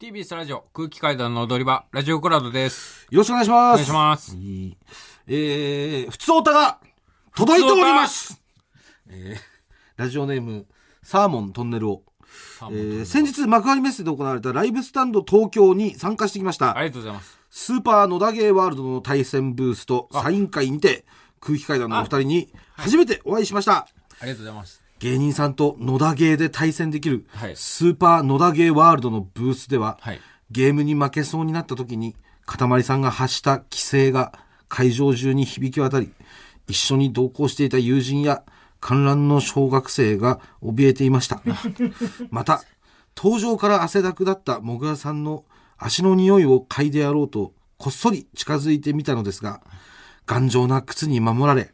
TBS ラジオ空気階段の踊り場ラジオクラウドですよろしくお願いしまおす。願いしますいいえー、普通おたが届いております。えー、ラジオネーム、サーモントンネルを。えー、先日幕張メッセで行われたライブスタンド東京に参加してきました。ありがとうございますスーパー野田ゲーワールドの対戦ブースとサイン会にて空気階段のお二人に初めてお会いしました。ありがとうございます芸人さんと野田ゲーで対戦できるはいスーパー野田ゲーワールドのブースでは、はいゲームに負けそうになった時にかたまりさんが発した規制が会場中に響き渡り一緒に同行していた友人や観覧の小学生が怯えていました また登場から汗だくだったもぐらさんの足の匂いを嗅いでやろうとこっそり近づいてみたのですが頑丈な靴に守られ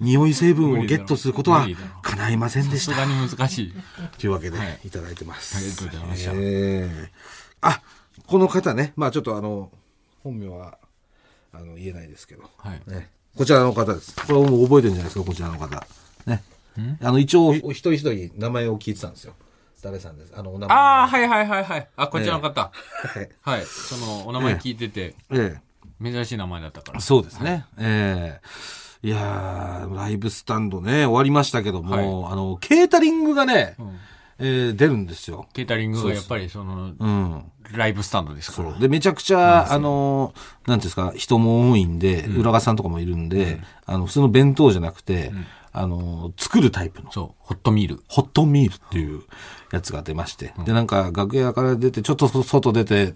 匂い成分をゲットすることは無理だろ叶いませんでしさたすがに難しいというわけで、はいい、ただいてます。ありがとうございましたえーあ、この方ね、まあちょっとあの、本名は、あの、言えないですけど、はいね、こちらの方です。これもう覚えてるんじゃないですか、こちらの方。ね。あの、一応、お一人一人名前を聞いてたんですよ。誰さんです。あの、お名前。ああはいはいはいはいあこちらの方、はい。はいそのお名前聞いてて、え珍しい名前だったからえ。そうですね。ええいやーライブスタンドね、終わりましたけども、あの、ケータリングがね、えー出るんですよ。ケータリングがやっぱりそのうん。ライブスタンドですからで、めちゃくちゃ、あの、なんていうんですか、人も多いんで、浦賀さんとかもいるんで、あの、普通の弁当じゃなくて、あの、作るタイプの、そうホットミールホットミールっていうやつが出まして、で、なんか、楽屋から出て、ちょっと外出て、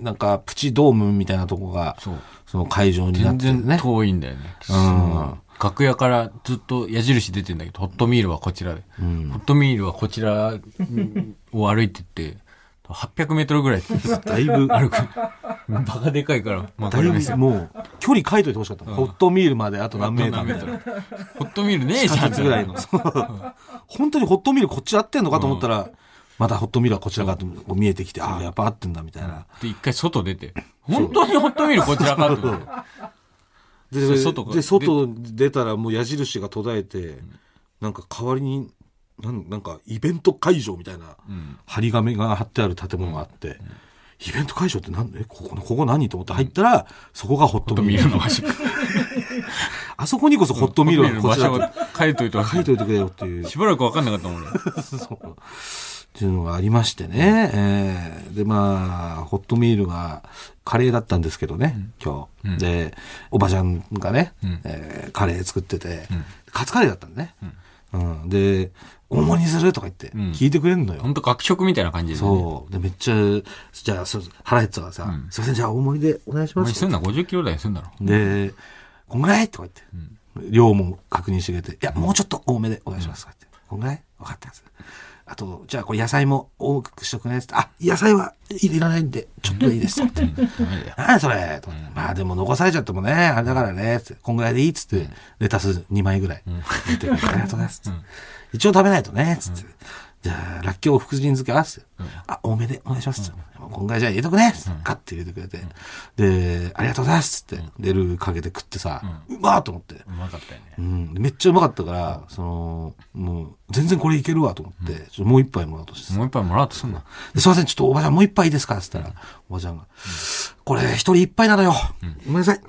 なんか、プチドームみたいなとこが、そうその会場になっ全てる然ね。遠いんだよねうん楽屋からずっと矢印出てんだけどホットミールはこちらで、ホットミールはこちらを歩いてって800メートルぐらいだいぶ、歩くバカでかいからだ幕張メッいセぶ、もう、距離書いといてほしかったの、ホットミールまであと何メーターみたいな。ホットミールねえじゃ二んつぐらいの。そう本当にホットミールこっち合ってんのかと思ったら、またホットミールはこちらかと見えてきて、ああ、やっぱ合ってんだみたいな。で一回外出て本当にホットミールこちらかと思ってで、それで外からで外出たらもう矢印が途絶えて、なんか代わりに、なんなんかイベント会場みたいな、張り紙が貼ってある建物があって、イベント会場ってなんでここここ何と思って入ったら、そこがホッホットトミミーールルの場所あそこにこそホットミールはホこッちトらミールのだ場所を書いといてほし書いいといてくれよっていう。しばらく分かんなかったもん俺そう。っていうのがありましてね。えーで、まあ、ホットミールがカレーだったんですけどね、今日、で、おばちゃんがね、えーカレー作ってて、カツカレーだったんだね。うん。で、大盛りにするとか言って、聞いてくれんのよ。本当学食みたいな感じで、ね、そう。で、めっちゃ、じゃあ、そう腹減ってたからさ、すいません、じゃあ大盛りでお願いしおま前す。すんな50キロ台すんだろで、こんぐらいとか言って、量も確認してくれて、いや、もうちょっと多めでお願いします。とか言って、こんぐらい分かったです。あと、じゃあ、これ野菜も多くしとくね。つってあ、野菜はいいらないんで、ちょっといいです。とか言ってダメだよ何それとか言ってまあでも残されちゃってもね、あれだからね、つってこんぐらいでいいっつって、レタス2枚ぐらい。入れてくれ てありがとうございます。つって一応食べないとね、つって。じゃあ、らっきょう福神漬けはつって。あ、多めでお願いします。つってもうこんぐらいじゃあ入れとくねつってガッて入れてくれて。で、ありがとうございますつって、レールかけて食ってさ、うまーと思って。うまかったよねうん、めっちゃうまかったから、その、もう、全然これいけるわと思って、ちょっともう一杯もらおうとしてさもう一杯もらおうとすんなですいません、ちょっとおばちゃんもう一杯いいですかって言ったら、おばちゃんが、これ一人一杯なのよ。ごめんなさい。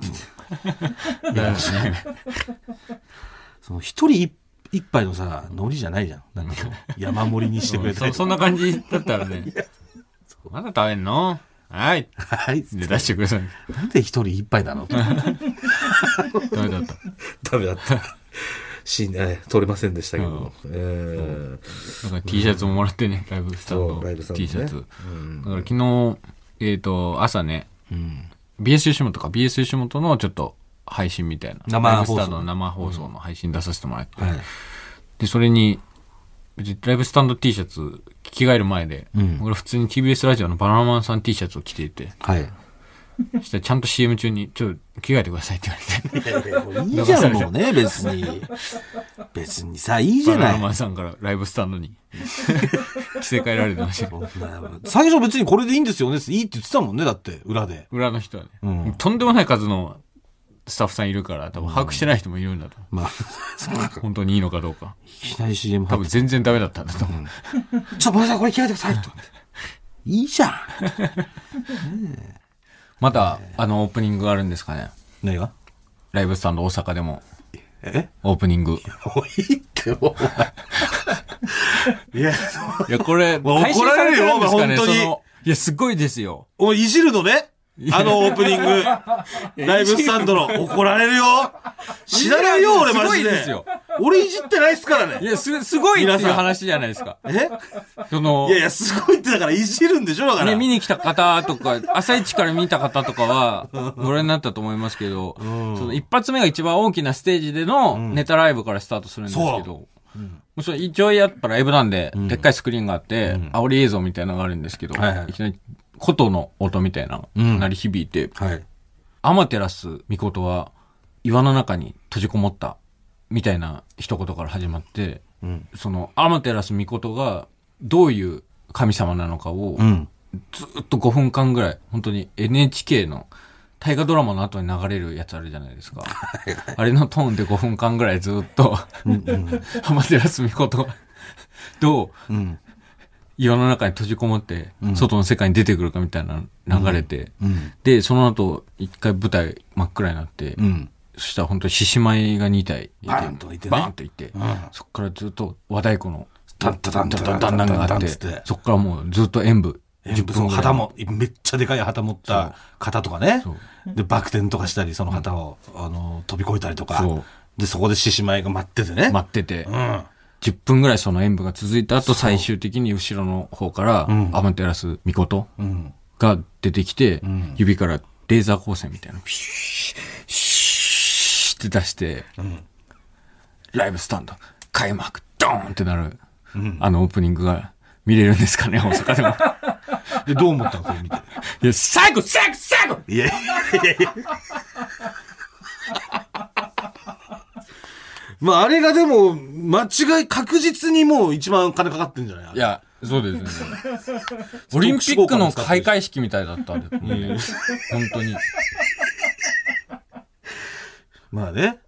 その一人一一杯のさ、海苔じゃないじゃん。なんかこう山盛りにしてくれたそりとかそんな感じだったら ね。まだ食べんのはい。はい。で、出してください。なんで一人一杯なのダメだった。ダメだった。シーンね、撮れませんでしたけども。えーだから T シャツももらってね、ライブスタンそうドライブスタンドね T シャツ。だかうんら昨日、えっと、朝ね、うん。 BS 吉本とか BS 吉本のちょっと配信みたいな。生ライ放ブス送タンドの生放送の配信出させてもらって。はい。で、それに、別にライブスタンド T シャツ着替える前でうん、俺普通に TBS ラジオのバナナマンさん T シャツを着ていて、はい。そしたらちゃんと CM 中に、ちょっと着替えてくださいって言われて。いいじゃん、もうね、別に。別にさ、いいじゃバナなナいマ。ンさんからライブスタンドに着せ替えられてましたけど最初別にこれでいいんですよね。いいって言ってたもんね、だって、裏で。裏の人はね、うんとんでもない数のスタッフさんいるから多分把握してない人もいるんだと思まあ、う、本当にいいのかどうかいきなり CM 多入っ分て、全然ダメだったんだと思う、ちょっとごめんなさい、これ着替えてください。といいじゃん。まだ、あの、オープニングがあるんですかね。何がライブスタンド大阪でも、えオープニング。もういいって、もう。いや、いや、これ、もう配信怒られるよさてんですかねお前本当にそのいや、すごいですよ。おいいじるのねあのオープニング。ライブスタンドの怒られるよ。知らないよ、俺マジすごいですでよ。俺いじってないっすからいね。や、す、すごいって皆いうさん話じゃないですか。えそのいや、いや、すごいってだからいじるんでしょだから。ね、見に来た方と か、朝一から見た方とかは、ご覧になったと思いますけど、その一発目が一番大きなステージでのネタライブからスタートするんですけそど、もうそれ一応やっぱライブなんで、でっかいスクリーンがあって、煽り映像みたいなのがあるんですけど、はいはいきなり琴の音みたいなの鳴り響いて、はい。アマテラスミコトは岩の中に閉じこもったみたいな一言から始まって、んそのアマテラスミコトがどういう神様なのかをうん。ずっと5分間ぐらい本当に NHK の大河ドラマの後に流れるやつあるじゃないですか。あれのトーンで5分間ぐらいずっと、アマテラスミコトがどううん。岩の中に閉じこもって外の世界に出てくるかみたいな流れて、うん。で、その後、一回舞台真っ暗になって、うん。そしたら本当に獅子舞が2体いてバーンといてねバーンといて、そっからずっと和太鼓の、タンタタンタタンタダンダンンタンタンがタあっンタンてつって、そっからもうずっと演舞。え10そ分のぐらい旗も、めっちゃでかい旗持った方とかねそう。で、バク転とかしたり、その旗を、あの、飛び越えたりとかそう。で、そこで獅子舞が待っててね。待ってて、うん。 10分ぐらいその演舞が続いた後、最終的に後ろの方から、アマテラスミコトうん。が出てきて、指からレーザー光線みたいなのピシュー、シューって出して、ライブスタンド、開幕、ドーンってなる、あのオープニングが見れるんです かね、大阪でも。で、どう思ったのこれ見て。いや、最後、最後、最後いやいやいや まあ、あれがでも、間違い、確実にもう一番金かかってんじゃないいや、そうですね。 オリンピックの開会式みたいだったんで、ね、本当に。まあね。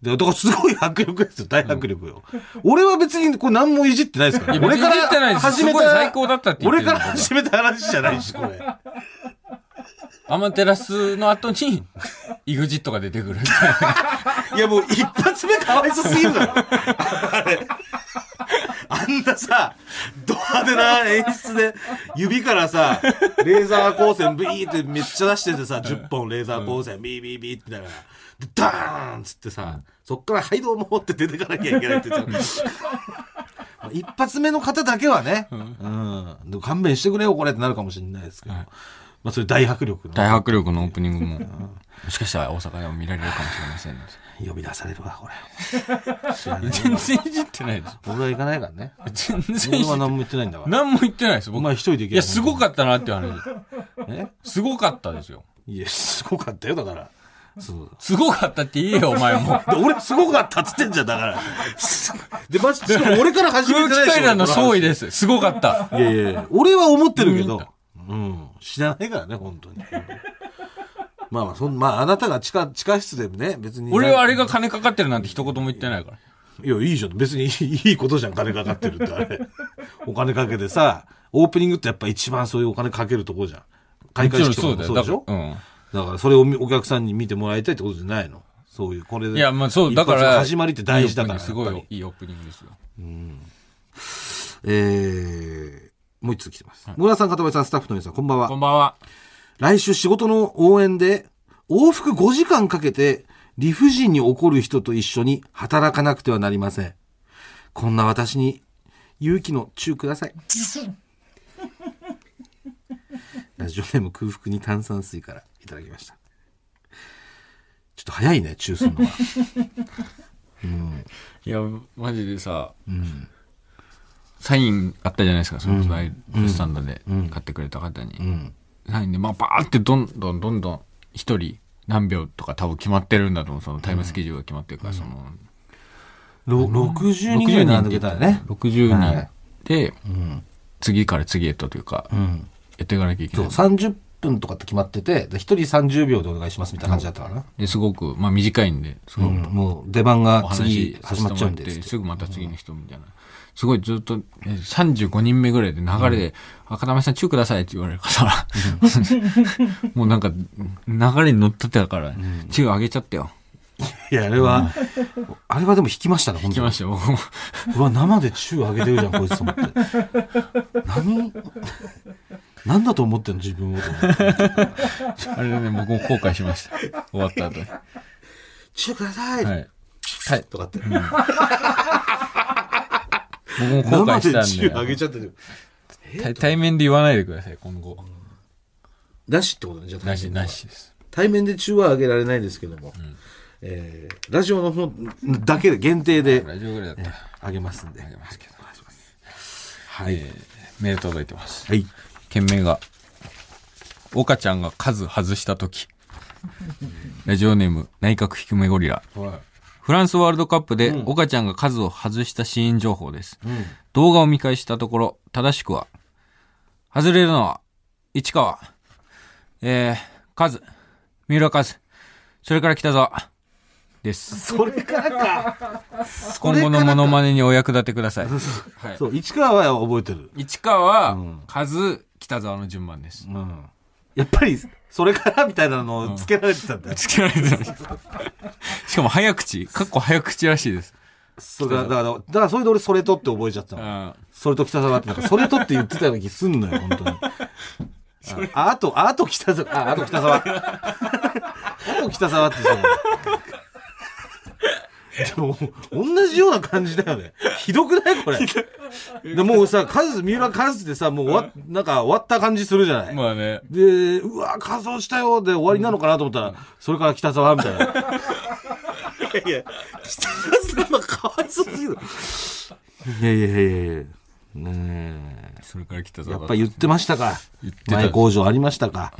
で、だからすごい迫力ですよ、大迫力よ。俺は別にこれ何もいじってないですから、いや俺か別にいじってないらですすごい最高だったって言って俺るから始めた話じゃ ないし、これ。アマテラスの後に、イグジットが出てくるみたいな。いやもう一発目かわいそすぎるだろ。あれ。あんなさ、ド派手な演出で、指からさ、レーザー光線ビーってめっちゃ出しててさ、10本レーザー光線ビービービーってながら、でダーンっつってさ、そっからはいどうもって出てかなきゃいけないって言っち ゃう。一発目の方だけはね、うん、でも勘弁してくれよこれってなるかもしれないですけど、まあそういう大迫力の大迫力のオープニングも、もしかしたら大阪でも見られるかもしれませんの呼び出されるわ、これ。 で。全然いじってないです。俺は行かないからね。全然俺いじはっ何も言 ってないんだわ。何も言ってないです、お僕。前一人で行けいや、すごっかったなっていう話。た。えすごかったですよ。いや、すごかったよ、だから。そう。すごかったって 言えよ、お前も。で俺、すごかったっつってんじゃん、だから。で、まじ、しかも俺から始め空てない気でしょ階段の総意です。すごかった。いやいやいや、俺は思ってるけど、うん、知らないからね、本当に。まあまあ、そんまあ、あなたが地下、地下室でもね、別に。俺はあれが金かかってるなんて一言も言ってないから。いや、いいじゃん。別にいい いいことじゃん、金かかってるって、あれ。お金かけてさ、オープニングってやっぱ一番そういうお金かけるとこじゃん。開会式とかもそうでしょだからうん。だからそれをみお客さんに見てもらいたいってことじゃないのそういう、これで。いや、まあそう、だか一発ら。の始まりって大事だから。いいオープニングすごやっぱいいいオープニングですよ。りえー、もう一つ来てます。村田さん、片林さん、スタッフの皆さん、こんばんはこ。んばんは。来週仕事の応援で、往復5時間かけて、理不尽に怒る人と一緒に働かなくてはなりません。こんな私に、勇気のチューくださ い。ラジオネーム空腹に炭酸水からいただきました。ちょっと早いね、チューするのは。いや、マジでさ、サインあったじゃないですか、そのライブスタンドで買ってくれた方に。んサインで、まあ、バーってどんどんどんどん、一人何秒とか多分決まってるんだと思う、そのタイムスケジュールが決まってるから、その、ろ60人ぐらい並んでけたらね。 60は人いで、次から次へとというか、やっていかなきゃいけそなう、い。 30分とかって決まってて、で1人30秒でお願いしますみたいな感じだったからな。ですごく、まあ、短いんで、すごうくんもう出番がお次話始まっちゃうんですさせてもらってすぐまた次の人みたいな。すごいずっと、え35人目ぐらいで流れで、赤玉さんチューくださいって言われるから、 もうなんか、流れに乗ってたから、チューあげちゃったよ。いや、あれは、あれはでも引きましたね、本来当にま。したよ、僕も。うわ、生でチューあげてるじゃん、こいつと思って。何何だと思ってんの、自分を。あれね、僕も後悔しました。終わった後に。チューください、ははい、い。はい。とかって。僕も後生悔でチしューたあんげでちゃってる。対、対面で言わないでください、今後。なしってことね、じゃあ。なし、なしです。対面で中はあげられないですけども、えーラジオの方だけで限定でラジオぐらいだったらあげますんで。あげますけど。はい。えーメール届いてます。はい。件名が、岡ちゃんが数外したとき。ラジオネーム、内閣低めゴリラ。フランスワールドカップで、岡ちゃんが数を外したシーン情報です。動画を見返したところ、正しくは、外れるのは、市川、えー、カズ、三浦カズ、それから北沢、です。 それからか。今後のモノマネにお役立てください。 はいそう、市川は覚えてる。市川は、んカズ、北沢の順番です。うん。やっぱり、それからみたいなのをつけられてたんだよ。つけられてました。しかも早口、かっこ早口らしいです。そうだだから、だからそれで俺それとって覚えちゃったの。あそれと北沢って、なんかそれとって言ってたような気すんのよ、本当に。ああと、あと北沢、ああと北沢。あと北沢ってさ。でも、同じような感じだよね。ひどくないこれ。でもうさ、カズ、三浦カズってさ、もう終わっ、なんか終わった感じするじゃない。まあね。で、うわ、仮装したよで終わりなのかなと思ったら、それから北沢みたいな。いやいや、北沢かわいそうすぎる。いやいやいやいや。ねえ。それから北沢やだっぱ言ってましたか。た前工場ありましたか。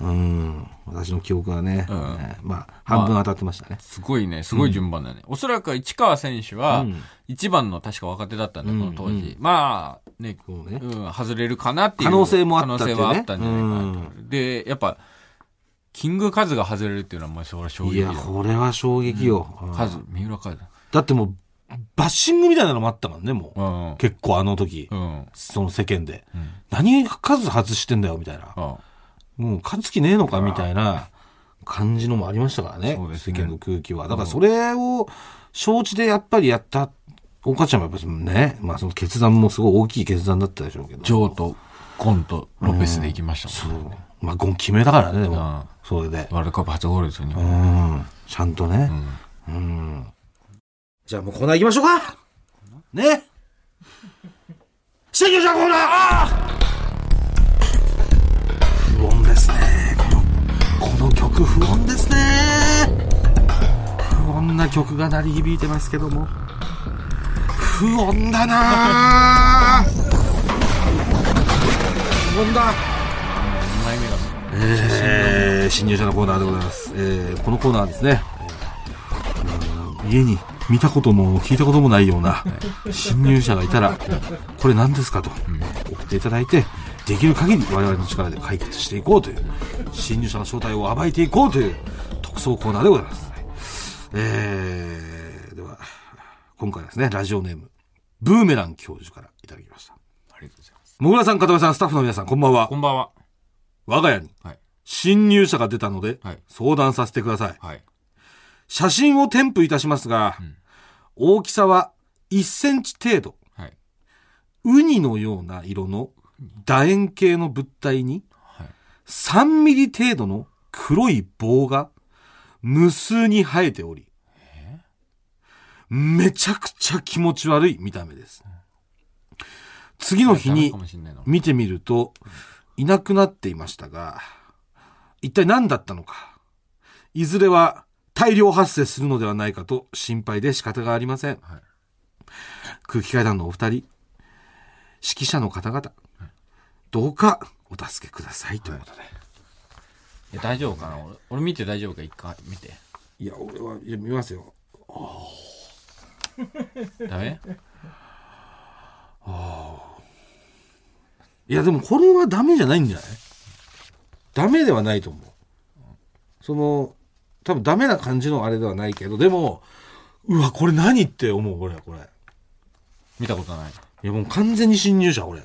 うん。私の記憶はね、ねまあ、半分当たってましたね。すごいね、すごい順番だね。おそらく市川選手は、一番の確か若手だったんだ、この当時。まあ、ね、うそうねん、外れるかなっていう。可能性もあったっていう可ね能性はあったんじゃないかなと。で、やっぱ、キングカズが外れるっていうのは、まあ、それは衝い撃だや、これは衝撃よ。うんカズ、三浦カズ。だってもう、バッシングみたいなのもあったからね、もうう。ん。うん。結構あの時、うん。その世間で。何数外してんだよ、みたいな。もう勝つ気ねえのかみたいな感じのもありましたからね。そうです世ね間の空気は。だからそれを承知でやっぱりやった、岡ちゃんもやっぱそのね、まあその決断もすごい大きい決断だったでしょうけど。ジョーとコンとロペスで行きましたもんね。まあゴン決めたからね、でうんも。それで。ワールドカップ初ゴールですよ、日う本。ん。ちゃんとね。うんうん。じゃあもうコーナー行きましょうかねしていきましょうコーナーあー不穏ですねこのこの曲不穏ですね不穏な曲が鳴り響いてますけども不穏だなー不穏だ二枚目だえー、新入社のコーナーでございます。えー、このコーナーはですね、えー家に見たことも聞いたこともないような新入社がいたら、これ何ですかと送っていただいて、できる限り我々の力で解決していこうという、新入社の正体を暴いていこうという特捜コーナーでございます。えー、では、今回はですね、ラジオネーム、ブーメラン教授からいただきました。ありがとうございます。もぐらさん、かためさん、スタッフの皆さん、こんばんはこ。んばんは。我が家にはい。新入社が出たので、はい相談させてください。はい。写真を添付いたしますが、ん大きさは1センチ程度、はい。ウニのような色の楕円形の物体に、はい。 3ミリ程度の黒い棒が無数に生えており、めちゃくちゃ気持ち悪い見た目です。次の日ダにメかもしんないな見てみると、いなくなっていましたが、一体何だったのか。いずれは大量発生するのではないかと心配で仕方がありません。はい空気階段のお二人、指揮者の方々、どうかお助けくださいということで。いや、大丈夫かな俺、俺見て大丈夫か一回見て。い、や、俺は、いや、見ますよ。ダメいや、でもこれはダメじゃないんじゃないダメではないと思うその多分ダメな感じのあれではないけどでもうわこれ何って思う俺はこれい見たことないやもう完全に侵入者俺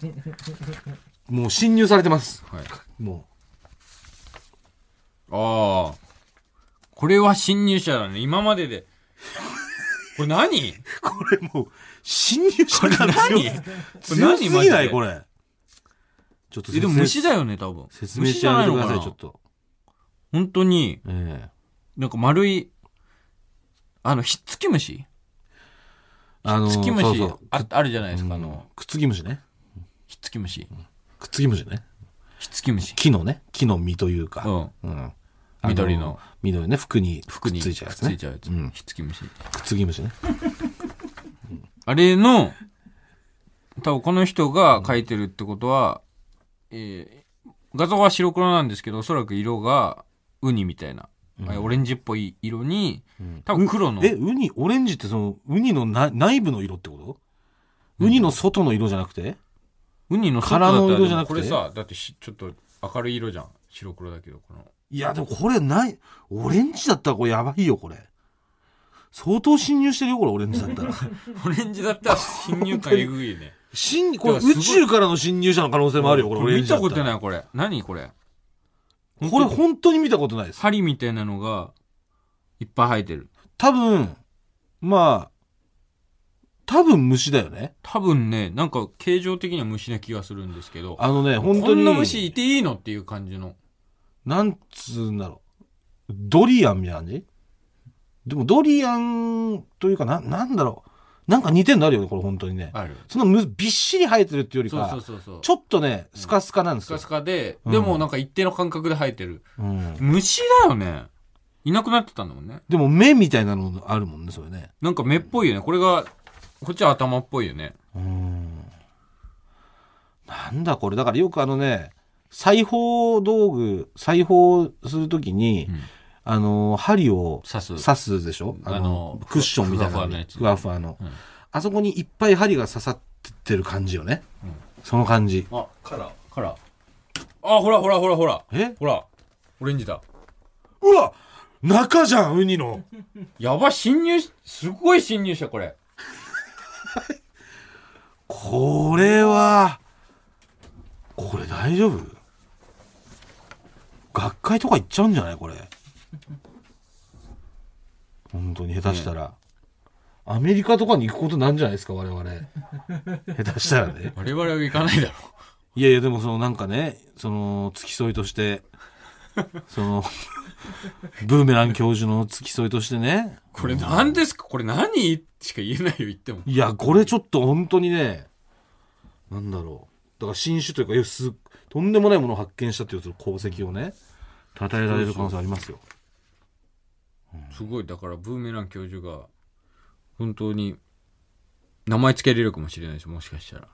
もう侵入されてますはいもああこれは侵入者だね今まででこれ何うこれもう侵入者が強いこ強すぎないこれれちょっとえでも説虫明だよね多分説明してあげてくだ虫じゃなさいいのかなちょっと本当にええなんか丸いあのひっつき虫あのひっつき虫そうそうああるじゃないですか、あうんのくっつき虫ねひっつき虫くっつき虫ねひっつき虫木のね木の実といううか、んうん緑のあ緑ね服に服にくっついちゃうやつねくっついちゃうやつ、んひっつき虫くっつき虫ねあれの、多分この人が描いてるってことは、えー画像は白黒なんですけど、おそらく色がウニみたいな、あオレンジっぽい色に、多分黒の、えウニオレンジってそのウニのな内部の色ってことウニの外の色じゃなくてウニの殻外のだったら色じでゃなもくてこれさ、だってしちょっと明るい色じゃん。白黒だけど、この。いやでもこれないオレンジだったらこれやばいよこれ相当侵入してるよこれオレンジだった ら オレンジだったら侵入感えぐいね。侵これいやすご宇い宙からの侵入者の可能性もあるよこれオレン見ジだたっこたとらない、これ。何これ。これ本当に見たことないです針みたいなのが、いっぱい生えてる。多分まあ多分虫だよね多分ね、なんか形状的には虫な気がするんですけど。あのね本こ当にんな虫いていいのっていう感じの。なんつうんだろう。ドリアンみたいな感じでもドリアンというかな、なんだろう。なんか似てんのあるよね、これ本当にね。ある。そのむびっしり生えてるっていうよりか、そうそうそうそう。ちょっとね、スカスカなんでスすカよ。スカで、うんでもなんか一定の間隔で生えてる。うん、虫だよね。いなくなってたんだもんね。でも目みたいなのもあるもんね、それね。なんか目っぽいよね。これが、こっちは頭っぽいよね。うん。なんだこれ。だからよくあのね、裁縫道具、裁縫するときに、うんあの、針を刺す。刺すでしょあのあのクッションみたいなのにふふわわふわの、うんあそこにいっぱい針が刺さってる感じよね、うんその感じあ、カラー。カラー。あ、ほらほらほらほら。えほら。オレンジだ。うわ中じゃんウニのやば、侵入し、すごい侵入者、これ。これはこれ大丈夫学会とか行っちゃうんじゃない これ本当に下手したら、アメリカとかに行くことなんじゃないですか 我々下手したらね我々は行かないだろいやいや、でもそのなんかね、その、付き添いとして、 その、ブーメラン教授の付き添いとしてね。う。これ何ですかこれ何しか言えないよ、言っても。いや、これちょっと本当にね、なんだろう。だから新種というかいや、す、とんでもないものを発見したというその功績をね、称えられる可能性ありますよ。すごいだからブーメラン教授が本当に名前つけれるかもしれないですもしかしたらこ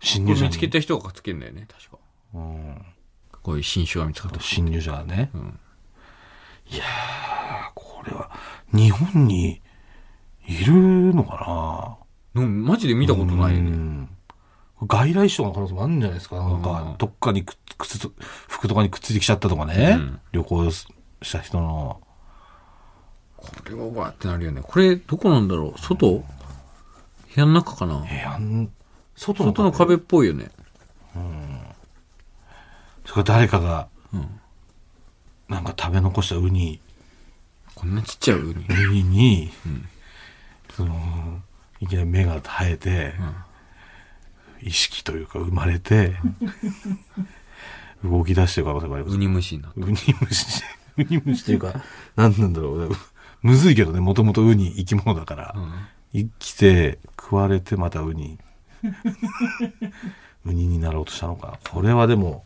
侵れ入者見につけた人がつけるんだよね確かうん。こういう新種が見つかった侵入者がね。うんあこれは、日本にいるのかなんマジで見たことなないようねん外来種の可能性もあるんじゃないですか。なんうかん、どっかにくっくっつ、服とかにくっついてきちゃったとかね。うん旅行した人の。これはわーってなるよねこれどこなんだろう外部屋の中かな部屋ん、外の外の壁っぽいよねそれから誰かが、うんなんか食べ残したウニ、こんなちっちゃい ウニウニに、んその、いきなり目が生えて、ん意識というか生ま れて、動き出してる可能性もありますウ。ニ虫になったウニ虫、 ウニ虫っていうか、何なんだろう。むずいけどね、もともとウニ生き物だから。うん生きて、食われてまたウニ。 ウニになろうとしたのか。これはでも、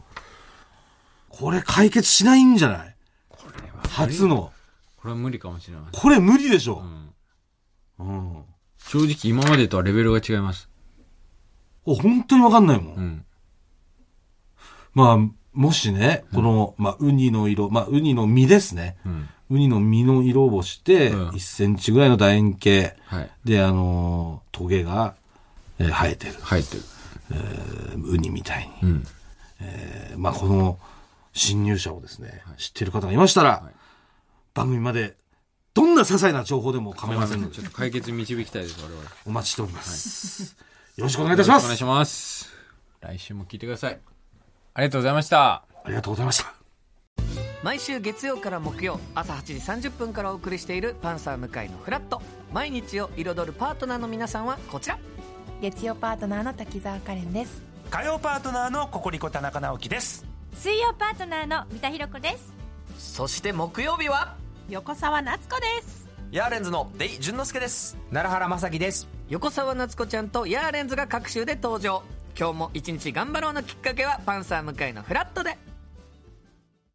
これ解決しないんじゃないこれは初の。これは無理かもしれない、これ無理でしうょ。ん、うん。正直今までとはレベルが違います本当にわかんないもん。うんまあ、もしね、この、まあ、ウニの色、まあ、ウニの身ですね。うんウニの身の色をして、うん1センチぐらいの楕円形。はいで、あのートゲが、えー生えてる、生えてるえーウニみたいに、うんえーーまあ、この新入社をですね、知っている方がいましたら、番組までどんな些細な情報でも構いませんのでちょっと解決に導きたいです、我々。お待ちしております、よろしくお願いいたしまお願いしすます。来週も聞いてください。ありがとうございました。ありがとうございました毎週月曜から木曜朝8時30分からお送りしている「パンサー向井のフラット」毎日を彩るパートナーの皆さんはこちら月曜パートナーの滝沢カレンです火曜パートナーのココリコ田中直樹です水曜パートナーの三田寛子ですそして木曜日は横澤夏子ですヤーレンズのデイ淳之介です奈良原まさきです横澤夏子ちゃんとヤーレンズが各週で登場今日も一日頑張ろうのきっかけは「パンサー向井のフラット」で